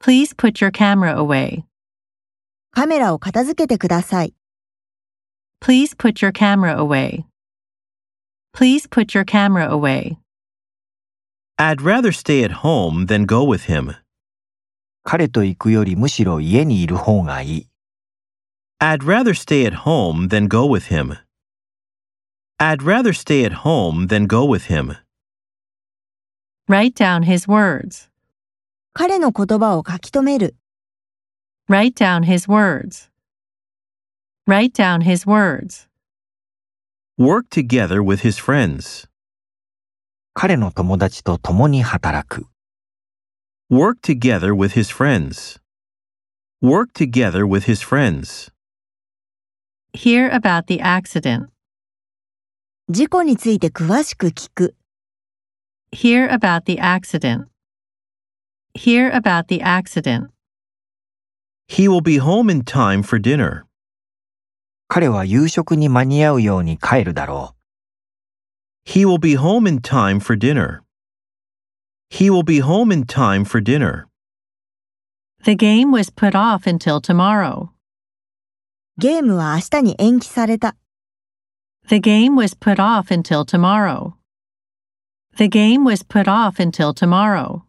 Please put your camera away. カメラを片付けてください。 Please put your camera away. Please put your camera away. I'd rather stay at home than go with him. 彼と行くよりむしろ家にいる方がいい。 I'd rather stay at home than go with him. I'd rather stay at home than go with him. Write down his words. 彼の言葉を書き留める。 Write down his words. Write down his words. Work together with his friends. 彼の友達と共に働く。 Work together with his friends. Work together with his friends. Hear about the accident. 事故について詳しく聞く。 Hear about the accident. Hear about the accident. He will be home in time for dinner. 彼は夕食に間に合うように帰るだろ He will be home in time for dinner. He will be home in time for dinner. The game was put off until tomorrow. ゲームは明日に延期された。 The game was put off until tomorrow. The game was put off until tomorrow.